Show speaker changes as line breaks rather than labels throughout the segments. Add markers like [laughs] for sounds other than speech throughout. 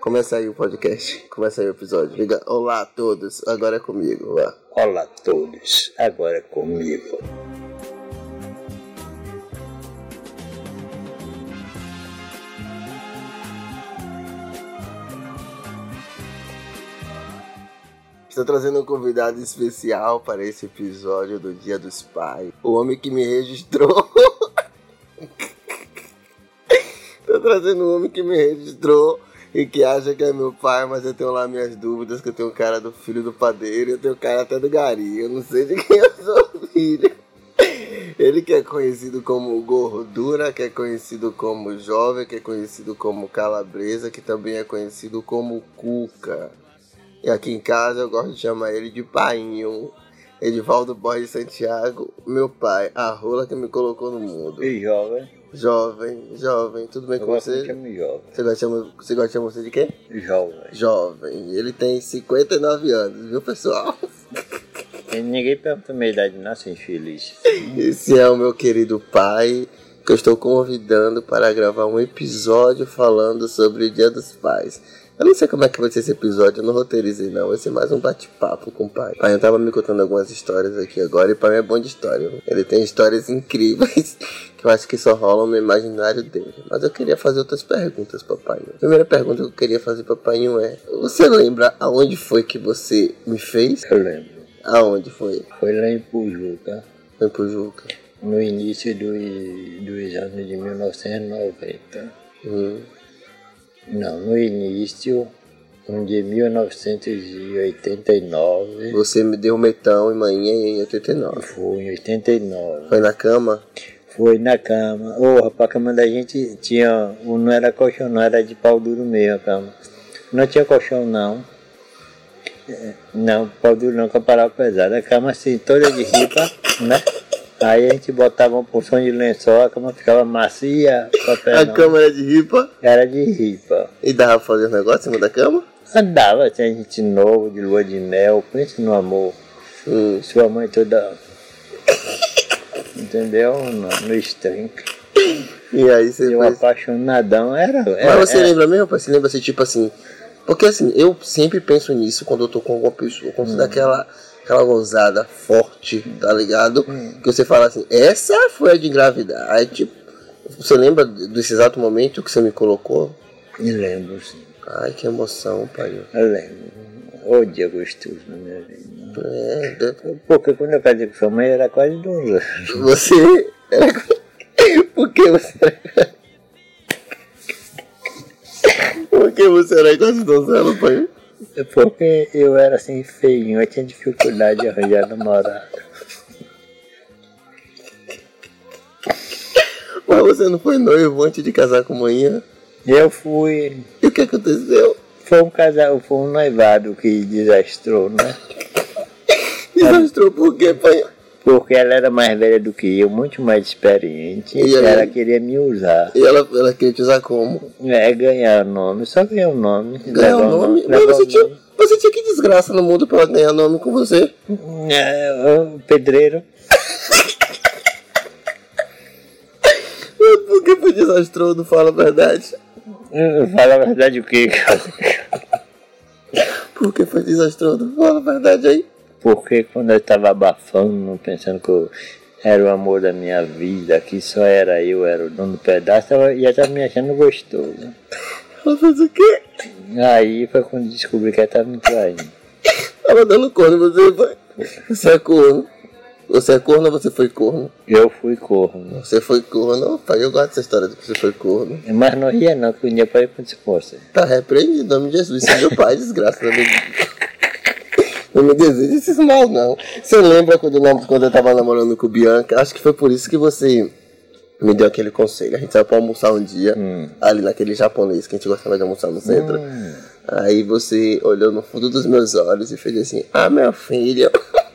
Começa aí o podcast, começa aí o episódio. Diga olá a todos, agora é comigo, vá.
Olá a todos, agora é comigo.
Estou trazendo um convidado especial para esse episódio do Dia dos Pais. O homem que me registrou. Estou trazendo um homem que me registrou e que acha que é meu pai, mas eu tenho lá minhas dúvidas, que eu tenho cara do filho do padeiro, eu tenho cara até do gari. Eu não sei de quem eu sou filho. Ele que é conhecido como Gordura, que é conhecido como Jovem, que é conhecido como Calabresa, que também é conhecido como Cuca. E aqui em casa eu gosto de chamar ele de Painho. Edivaldo Borges Santiago, meu pai, a rola que me colocou no mundo.
E jovem, é
Jovem, jovem, tudo bem
eu
com
gosto de
você?
chamar jovem.
Você gosta de chamar- você gosta de chamar você de quê?
Jovem.
Jovem. Ele tem 59 anos, viu, pessoal?
E ninguém pergunta minha idade, não, assim, seu infeliz.
Esse é o meu querido pai, que eu estou convidando para gravar um episódio falando sobre o Dia dos Pais. Eu não sei como é que vai ser esse episódio, eu não roteirizei não. Esse é mais um bate-papo com o pai. O Pai eu tava me contando algumas histórias aqui agora e o pai é bom de história. viu? Ele tem histórias incríveis [laughs] que eu acho que só rolam no imaginário dele. Mas eu queria fazer outras perguntas, papai. A primeira pergunta que eu queria fazer, papai, é: Você lembra aonde foi que você me fez?
Eu lembro.
Aonde foi?
Foi lá em Pujuca,
Foi pro Juca.
no início dos, dos anos de 1990.
Hum.
Não, no início, um de 1989.
Você me deu um metão e manhã em 89.
Foi em 89.
Foi na cama?
Foi na cama. Ô, rapaz, a cama da gente tinha. o- Não era colchão, não, era de pau duro mesmo a cama. Não tinha colchão, não. É, Não, pau duro não, que parava pesada. A cama assim, toda de ripa, né? Aí a gente botava uma porção de lençol, a cama ficava macia, papel
a
não.
cama era de ripa
Era de ripa.
e dava pra fazer um negócio em cima da cama?
Andava, tinha gente novo, de lua de mel, pense no amor.
Hum.
Sua mãe toda. Entendeu? No, no estrinque.
E aí você
Eu é,
fez.
apaixonadão era. era
Mas você
era-
lembra mesmo, pai? Você lembra assim, tipo assim. Porque assim, eu sempre penso nisso quando eu tô com alguma pessoa, quando você dá aquela, aquela gozada forte, tá ligado? Que você fala assim, essa foi a de engravidar. Aí, tipo, você lembra desse exato momento que você me colocou?
Me lembro, sim.
Ai, que emoção, pai.
Eu lembro. Ô dia gostoso na minha vida.
É, deve-
Porque quando eu casei com sua mãe era quase 12 anos.
Você era. [laughs] Por que você é era. [laughs] Por que você era igual de donzelo, pai?
Porque eu era assim feinho, eu tinha dificuldade de arranjar namorado.
Mas você não foi noivo antes de casar com manhã?
Eu fui.
E o que aconteceu?
Foi um casal, foi um noivado que desastrou, né?
Desastrou por quê, pai?
Porque ela era mais velha do que eu, muito mais experiente.
E
E
aí?
ela queria me usar.
E ela, ela queria te usar como?
É, ganhar nome, só ganhar o nome.
Ganhar
levar
o nome? Mas
levar um
você
o
tinha,
nome.
você tinha que desgraça no mundo pra ela ganhar nome com você.
É, o pedreiro.
Mas Por que foi desastroso? Fala a verdade.
Hum, Fala a verdade o quê?
Por que foi desastroso? Fala a verdade aí.
Porque quando eu estava abafando, pensando que eu era o amor da minha vida, que só era eu, era o dono do pedaço, ela já estava me achando gostoso.
Ela fez o quê?
Aí foi quando descobri que ela estava me traindo.
Tava dando corno, você foi. Você é corno. Você é corno ou você foi corno?
Eu fui corno.
Você foi corno. Pai, eu gosto dessa história de que você foi corno.
Mas não ria não, que um dia para quando se fosse.
Tá repreendido, em nome de Jesus. Isso é meu pai, desgraça. Não me, não me deseja esses mal, não. Você lembra quando eu, nam- quando eu tava namorando com Bianca? Acho que foi por isso que você me deu aquele conselho. A gente saiu pra almoçar um dia, ali naquele japonês que a gente gostava de almoçar no centro. Aí você olhou no fundo dos meus olhos e fez assim: Ah, meu filho. [laughs]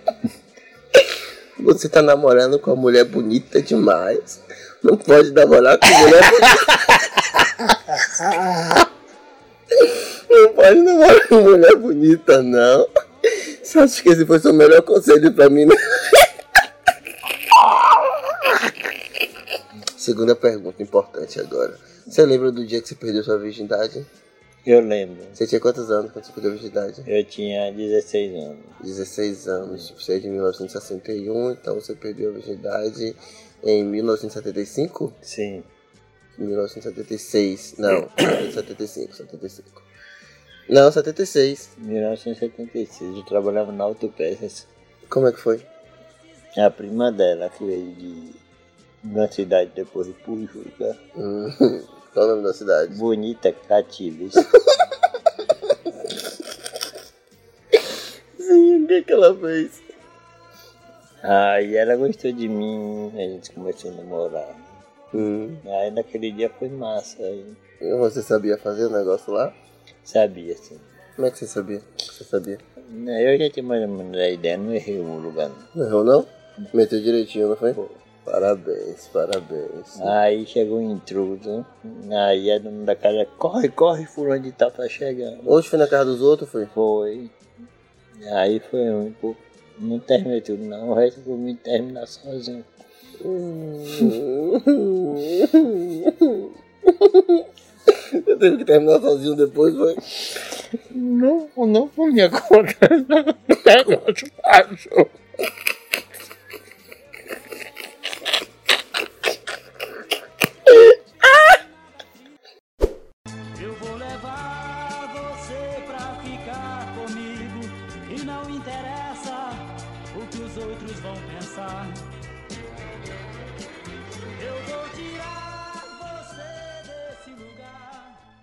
Você tá namorando com uma mulher bonita demais. Não pode namorar com mulher bonita. Não pode namorar com mulher bonita, não. Só acho que esse foi o melhor conselho pra mim, né? Segunda pergunta importante agora. Você lembra do dia que você perdeu sua virgindade?
Eu lembro.
Você tinha quantos anos quando você perdeu a virgindade?
Eu tinha 16 anos.
16 anos. Tipo, Você é de 1961, então você perdeu a virgindade em 1975?
Sim.
1976. Não, [coughs] 75, 75. Não, 76.
1976. Eu trabalhava na Autopeças.
Como é que foi?
A prima dela que veio de de uma cidade depois de Pujuca.
Hum, [laughs] Qual o nome da cidade?
Bonita tá Catives.
Sim, o que, que ela fez?
Aí ela gostou de mim, a gente começou a namorar.
Hum.
Aí naquele dia foi massa. Aí
Você sabia fazer o negócio lá?
sabia, assim.
Como é que você sabia? O que Você sabia?
Eu já tinha mais ou menos a ideia, não errei o lugar não.
Não errou não? Meteu direitinho, não foi? Parabéns, parabéns.
Aí chegou um intruso, aí a dona da casa, corre, corre, fulano de tal tá chegando.
Hoje foi na casa dos outros, foi?
Foi. Aí foi ruim, pô. Não terminei tudo não, o resto por mim terminar sozinho.
Hum. [laughs] Eu teve que terminar sozinho depois, foi?
Não, não por [laughs] minha conta, não. Pega outro cachorro.
Eu vou levar você pra ficar comigo. E não interessa o que os outros vão pensar. Eu vou tirar você desse lugar.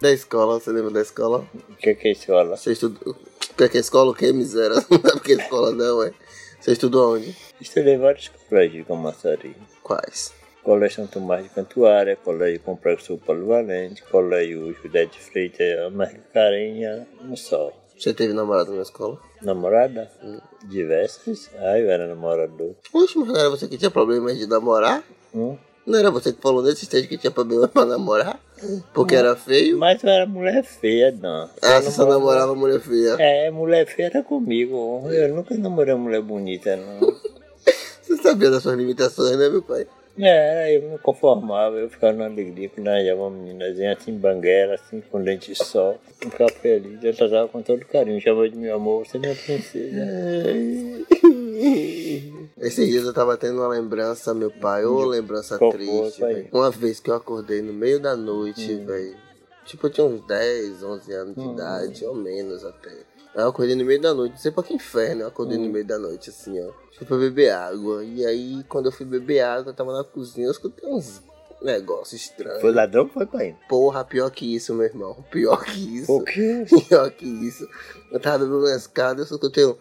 Da escola, você lembra da escola?
O que que é isso, olha?
Você estudou... Quer que a escola o quê, miséria? [laughs] Não é porque a escola não, é. Você estudou onde?
Estudei vários colégios com maçaria.
Quais?
Colégio São Tomás de Cantuária, Colégio Compressor Paulo Valente, Colégio José de Freitas, América Carinha, um só.
Você teve namorado na escola?
Namorada? Diversas? Ah, eu era namorador.
Poxa, mas não era você que tinha problemas de namorar?
Hum?
Não era você que falou nesse stage que tinha problema pra namorar? Porque era feio?
Mas eu era mulher feia, não.
Ah,
Eu
você só
namorava-
namorava mulher feia.
É, mulher feia era comigo. Eu nunca namorei mulher bonita, não.
Você sabia das suas limitações, né, meu pai?
É, eu me conformava, eu ficava na alegria quando era uma meninazinha assim, banguela, assim, com dente só. Ficava feliz, eu tratava com todo carinho, chamava de meu amor, você é minha princesa.
Esses dias eu tava tendo uma lembrança, meu pai, ou lembrança
cocô,
triste.
pai.
velho. Uma vez que eu acordei no meio da noite, velho. Tipo, eu tinha uns 10, 11 anos de idade, ou menos até. Aí eu acordei no meio da noite, não sei pra que inferno, eu acordei no meio da noite, assim, ó. Fui pra beber água. E aí, quando eu fui beber água, eu tava na cozinha, eu escutei uns negócios estranhos.
Foi ladrão, foi pra ele.
Porra, pior que isso, meu irmão. Pior que isso.
O quê?
Pior que isso. Eu tava bebendo na escada, eu só escutei um.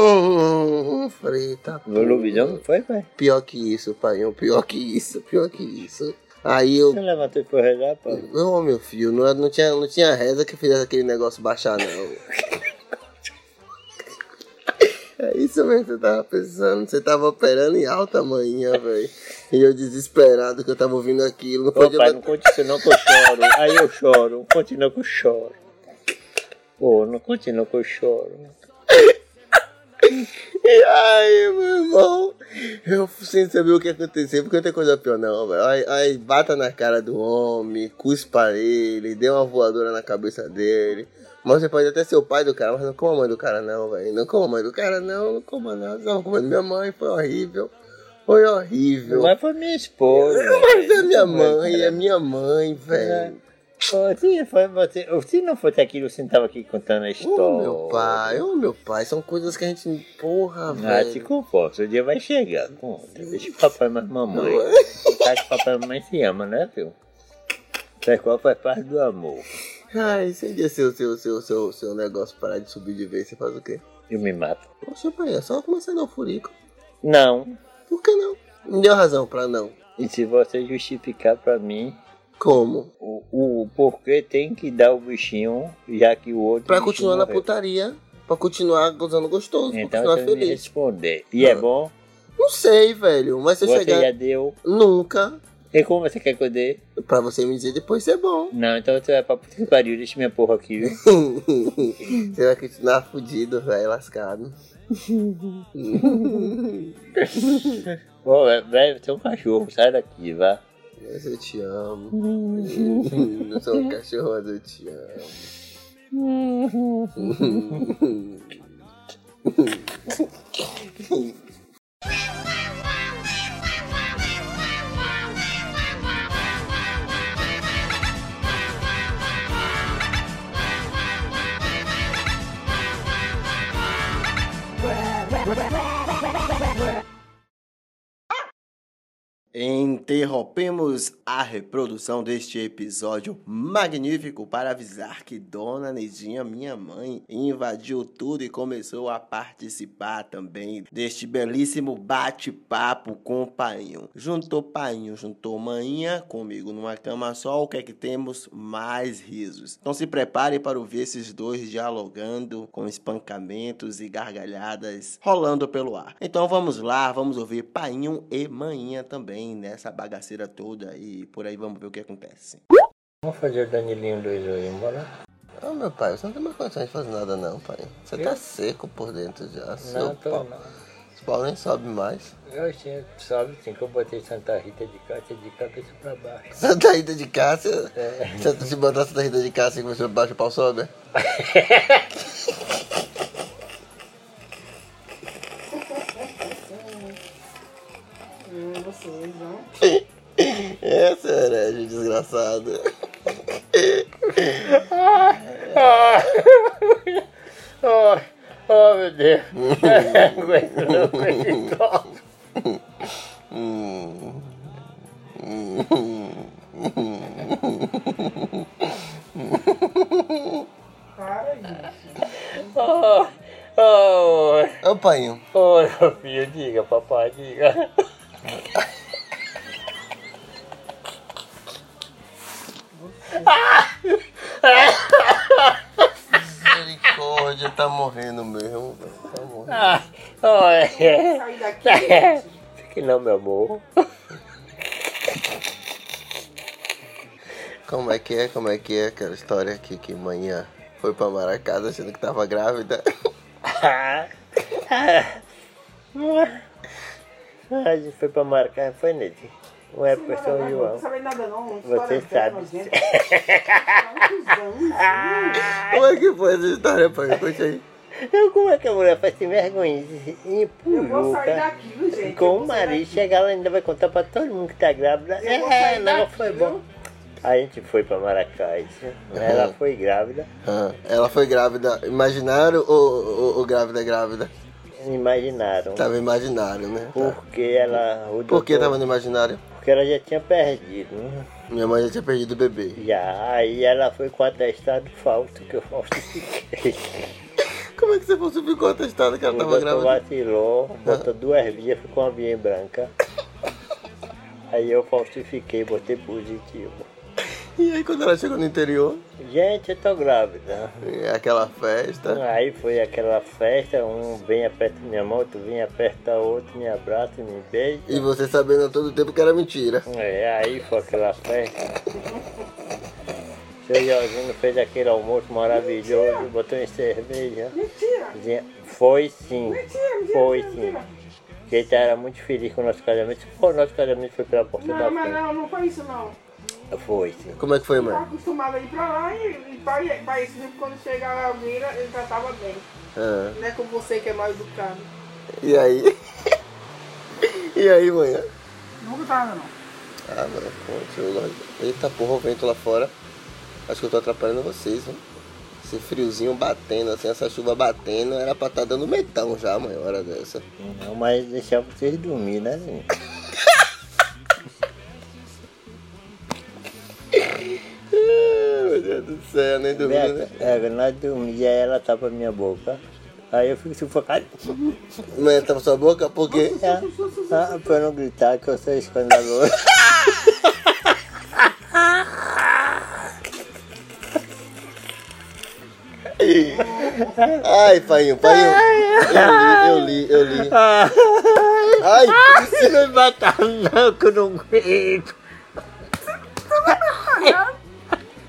Hum, falei, tá.
No lobisomem não foi, pai?
Pior que isso, paião. Pior que isso, pior que isso. Aí eu.
Você levantou e foi rezar, pai?
Ô meu filho, não, é, não, tinha, não tinha reza que fizesse aquele negócio baixar, não. [laughs] É isso mesmo que você tava pensando. Você tava operando em alta manhã, velho. E eu desesperado que eu tava ouvindo aquilo. Não
Ô,
podia
pai, não conte isso não que eu choro. Aí eu choro, continua que eu choro. Pô, não continua que eu choro.
E aí, meu irmão? Eu sem saber o que aconteceu, porque não tem coisa pior não, velho. Aí, aí bata na cara do homem, cuspa ele, deu uma voadora na cabeça dele. Mas você pode até ser o pai do cara, mas não como a mãe do cara não, velho. Não como a mãe do cara não, não como não. Você tava comendo minha mãe, foi horrível. Foi horrível.
Mas foi minha esposa.
Mas é minha
Mas,
mãe, é
cara,
minha mãe,
É.
velho.
Ô, Se, foi você, se não fosse aquilo, você não tava aqui contando a
Ô
história.
meu pai, ô meu pai, são coisas que a gente. Porra,
Ah, te
velho.
conforto, o dia vai chegar. Conta. Deixa o papai mais mamãe. Tá que papai e mamãe se ama, né, filho? Faz qual faz parte do amor.
Ai, se um dia seu, seu, seu, seu, seu negócio parar de subir de vez, você faz o quê?
Eu me mato.
Poxa, pai, é só começar a dar o furico.
Não.
Por que não? Não deu razão pra não.
E se você justificar pra mim
Como?
o, o porquê tem que dar o bichinho, já que o outro.
Pra
bichinho
continuar na
morreu.
putaria. Pra continuar gozando gostoso, pra
Então
continuar
você me
feliz.
responder. E é
Ah.
bom?
Não sei, velho. Mas se eu
você
chegar
já deu.
nunca,
E como você quer que eu dê?
pra você me dizer depois ser bom. [laughs]
Não, então você vai pra puta que pariu, deixa minha porra aqui, viu?
você vai continuar fudido, velho, lascado.
Pô, velho, você é um cachorro, sai daqui, vá.
Mas eu te amo. [laughs] Não sou um cachorro, mas eu te amo. Interrompemos a reprodução deste episódio magnífico para avisar que Dona Neidinha, minha mãe, invadiu tudo e começou a participar também deste belíssimo bate-papo com o painho. Juntou painho, juntou manhinha comigo numa cama só, o que é que temos? Mais risos. Então se prepare para ouvir esses dois dialogando com espancamentos e gargalhadas rolando pelo ar. Então vamos lá, vamos ouvir painho e manhinha também nessa bagaceira toda e por aí vamos ver o que acontece.
Vamos fazer o Danilinho 2 hoje, vamos lá?
Ah, meu pai, você não tem mais condição de fazer nada não, pai. Você
Eu?
tá seco por dentro já. Seu
Não, tô
pau,
não.
Seu pau nem sobe mais. [laughs]
Eu tinha, sabe sim, que eu botei Santa Rita de cabeça, de cabeça pra baixo.
Santa Rita tá de Cássia. tá-
É.
Se se botar Santa Rita de Cássia e começou baixo o pau sobe.
Hum, vocês vão.
Essa é herege, desgraçado.
[laughs] Oh, oh meu Deus! aguento não, com esse toque.
Para, gente.
Oh, oh,
Ô, painho.
oh, meu filho, diga, papai, diga.
Misericórdia, tá morrendo mesmo. velho, Tá morrendo.
Ah, oh, é.
Sair daqui, gente.
[laughs] Que não, meu amor.
Como é que é, como é que é aquela história aqui que manhã foi pra Maracás achando que tava grávida?
Ah, ah, ah, a gente foi pra marcar, foi nele. Não é pra São
Não
João.
sabe nada, não.
Você sabe. [laughs] Ah,
como é que foi essa história, painho? Conte aí.
Então, como é que a mulher faz sem vergonha? E
Eu vou sair
puruca.
daquilo, gente. Eu
Com
vou
o
sair
marido,
daqui.
chegar lá ainda vai contar pra todo mundo que tá grávida.
Eu vou sair
É, não
daqui,
foi
viu?
bom. A gente foi pra Maracás,
Uhum.
ela foi grávida,
Ah, ela foi grávida, imaginário ou, ou, ou grávida, é grávida?
imaginaram.
Tava imaginário, né? Tá.
Porque ela. o
Por que
doutor-
tava no imaginário?
Porque ela já tinha perdido, né?
Minha mãe já tinha perdido o bebê.
Já. Aí ela foi com o atestado falso que eu falsifiquei.
Como é que você falsificou a testada que
O
ela tava
doutor
grávida?
vacilou, botou duas vias, ficou uma via em branca. Aí eu falsifiquei, botei positivo.
E aí quando ela chegou no interior,
Gente, eu tô grávida.
é aquela festa.
Aí foi aquela festa, um vem aperta minha mão, outro vem aperta outro, me abraça, me beija.
E você sabendo a todo tempo que era mentira.
É, aí foi aquela festa. Seu Jorginho fez aquele almoço maravilhoso, botou em cerveja.
Mentira.
Dizia, Foi sim,
Mentira, mentira,
foi sim.
mentira.
Porque ele era muito feliz com o nosso casamento. Pô, o nosso casamento foi pela porta
Não, mas
da
não, não foi isso, não.
frente. Foi sim.
Como é que foi,
Tava
mãe?
Tá acostumado a ir pra lá e, e pra, pra esse tempo, quando chegava a mira, ele tratava bem.
Ah,
Não é como você que é mal educado.
e aí? [laughs] e aí, mãe?
Nunca tava, não.
Ah, mano, pô, eu... Eita porra, o vento lá fora. Acho que eu tô atrapalhando vocês, hein? Esse friozinho batendo, assim, essa chuva batendo, era pra tá dando metão já, mãe, hora dessa.
Não, mas deixar vocês dormir, né, gente?
Ah, Meu Deus do céu, nem duvido, né?
É, nós dormia, ela tapa minha boca. Aí eu fico sufocado.
Mãe, tá na sua boca? Por quê?
É. Ah, pra eu não gritar que eu sou escandaloso.
Ai, painho, painho. Eu li, eu li, eu li. Ai,
Você não me matar não, que eu não grito.
[laughs]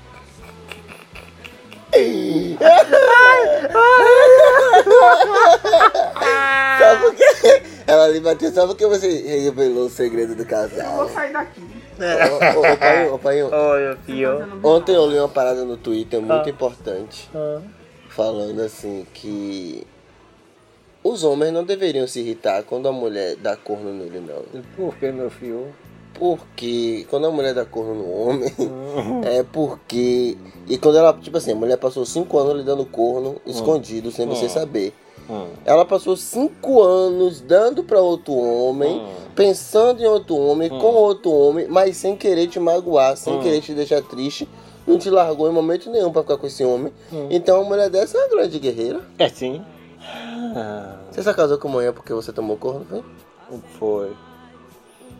sabe por quê? Ela lhe bateu só porque você revelou o segredo do
Eu vou
casal.
sair daqui.
Ô, ô, ô, Painho, ô, Painho,
Olha, pior.
Ontem eu li uma parada no Twitter muito
Ah.
importante,
Ah,
falando assim que os homens não deveriam se irritar quando a mulher dá corno nele, não.
Por que, meu filho?
Porque quando a mulher dá corno no homem, é porque. E quando ela, tipo assim, a mulher passou cinco anos lhe dando corno escondido, sem você saber.
Hum.
Ela passou cinco anos dando pra outro homem, pensando em outro homem, com outro homem, mas sem querer te magoar, sem querer te deixar triste. Não te largou em momento nenhum pra ficar com esse homem. Então a mulher dessa é uma grande guerreira.
É sim. Ah,
Você só casou com manhã porque você tomou corno, foi?
foi.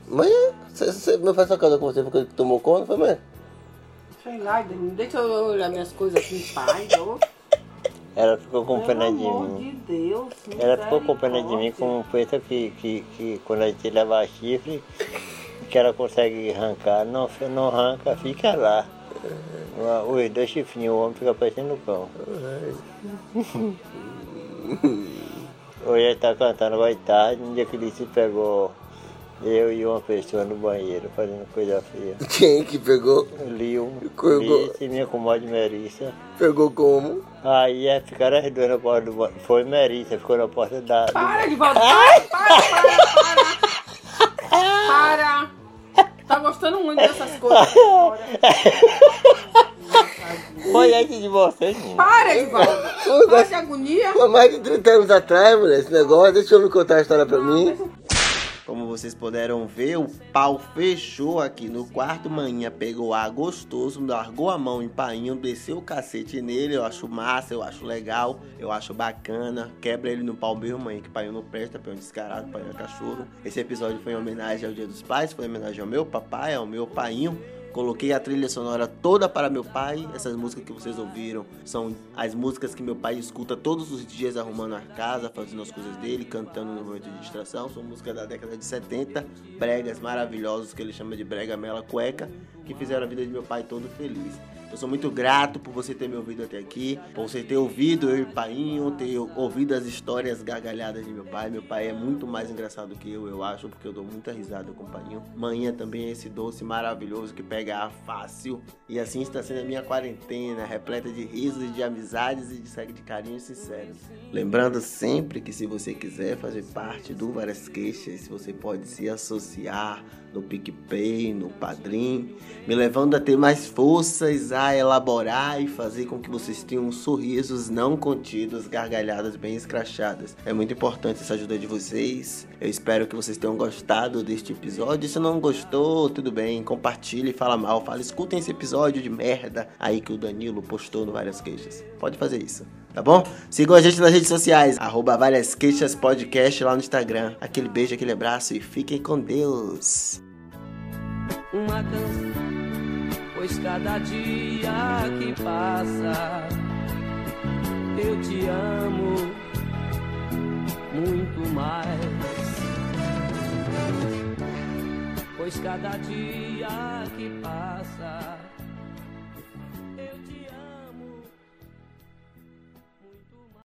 Manhã? Você- você- Meu pai só casou com você porque tomou corno, foi manhã?
Sei lá, Danilo, deixa eu olhar minhas coisas aqui em paz. ô.
Ela ficou com
Pelo
pena de
amor
mim.
de Deus.
Ela ficou com pena de mim como preta que, que, que quando a gente leva chifre, que ela consegue arrancar, não, fi- não arranca, fica lá. Lá, Os dois chifrinhos, o homem fica parecendo um cão. Hoje ele tá cantando vai tarde, um dia que ele se pegou eu e uma pessoa no banheiro fazendo coisa feia.
[laughs]
um,
Quem que pegou?
Liu,
Ficou igual-
Liz e minha comadre Merissa.
Pegou como?
Aí é, ficaram as duas na porta do banheiro. Foi Merissa, ficou na porta da. do
Para de voltar. Para, para, para. Para. Tá gostando muito dessas
[laughs]
coisas. Olha.
Foi antes de você, menino.
Para, Edivaldo. Para de agonia.
Pô, mais de 30 anos atrás, mulher, esse negócio. Deixa eu me contar a história pra mim.
Como vocês puderam ver, o pau fechou aqui no quarto. Maninha pegou ar gostoso, largou a mão em painho, desceu o cacete nele. Eu acho massa, eu acho legal, eu acho bacana. Quebra ele no pau mesmo, mãe, que painho não presta, painho é descarado, painho é cachorro. Esse episódio foi em homenagem ao Dia dos Pais, foi em homenagem ao meu papai, ao meu painho. Coloquei a trilha sonora toda para meu pai. Essas músicas que vocês ouviram são as músicas que meu pai escuta todos os dias arrumando a casa, fazendo as coisas dele, cantando no momento de distração. São músicas da década de 70, bregas maravilhosos que ele chama de brega mela cueca, que fizeram a vida de meu pai todo feliz. Eu sou muito grato por você ter me ouvido até aqui, por você ter ouvido eu e o Painho, ter ouvido as histórias gargalhadas de meu pai. Meu pai é muito mais engraçado que eu, eu acho, porque eu dou muita risada com o Painho. Manhã também é esse doce maravilhoso que pega ar fácil. E assim está sendo a minha quarentena, repleta de risos, de amizades e de sangue de carinhos sinceros. Lembrando sempre que se você quiser fazer parte do Várias Queixas, você pode se associar no PicPay, no Padrim, me levando a ter mais forças a elaborar e fazer com que vocês tenham sorrisos não contidos, gargalhadas bem escrachadas. É muito importante essa ajuda de vocês. Eu espero que vocês tenham gostado deste episódio. Se não gostou, tudo bem, compartilhe, fala mal, fala, escutem esse episódio de merda aí que o Danilo postou no Várias Queixas. Pode fazer isso. Tá bom? Sigam a gente nas redes sociais, arroba várias queixas podcast lá no Instagram. Aquele beijo, aquele abraço e fiquem com Deus.
uma dança, pois cada dia que passa eu te amo muito mais. Pois cada dia que passa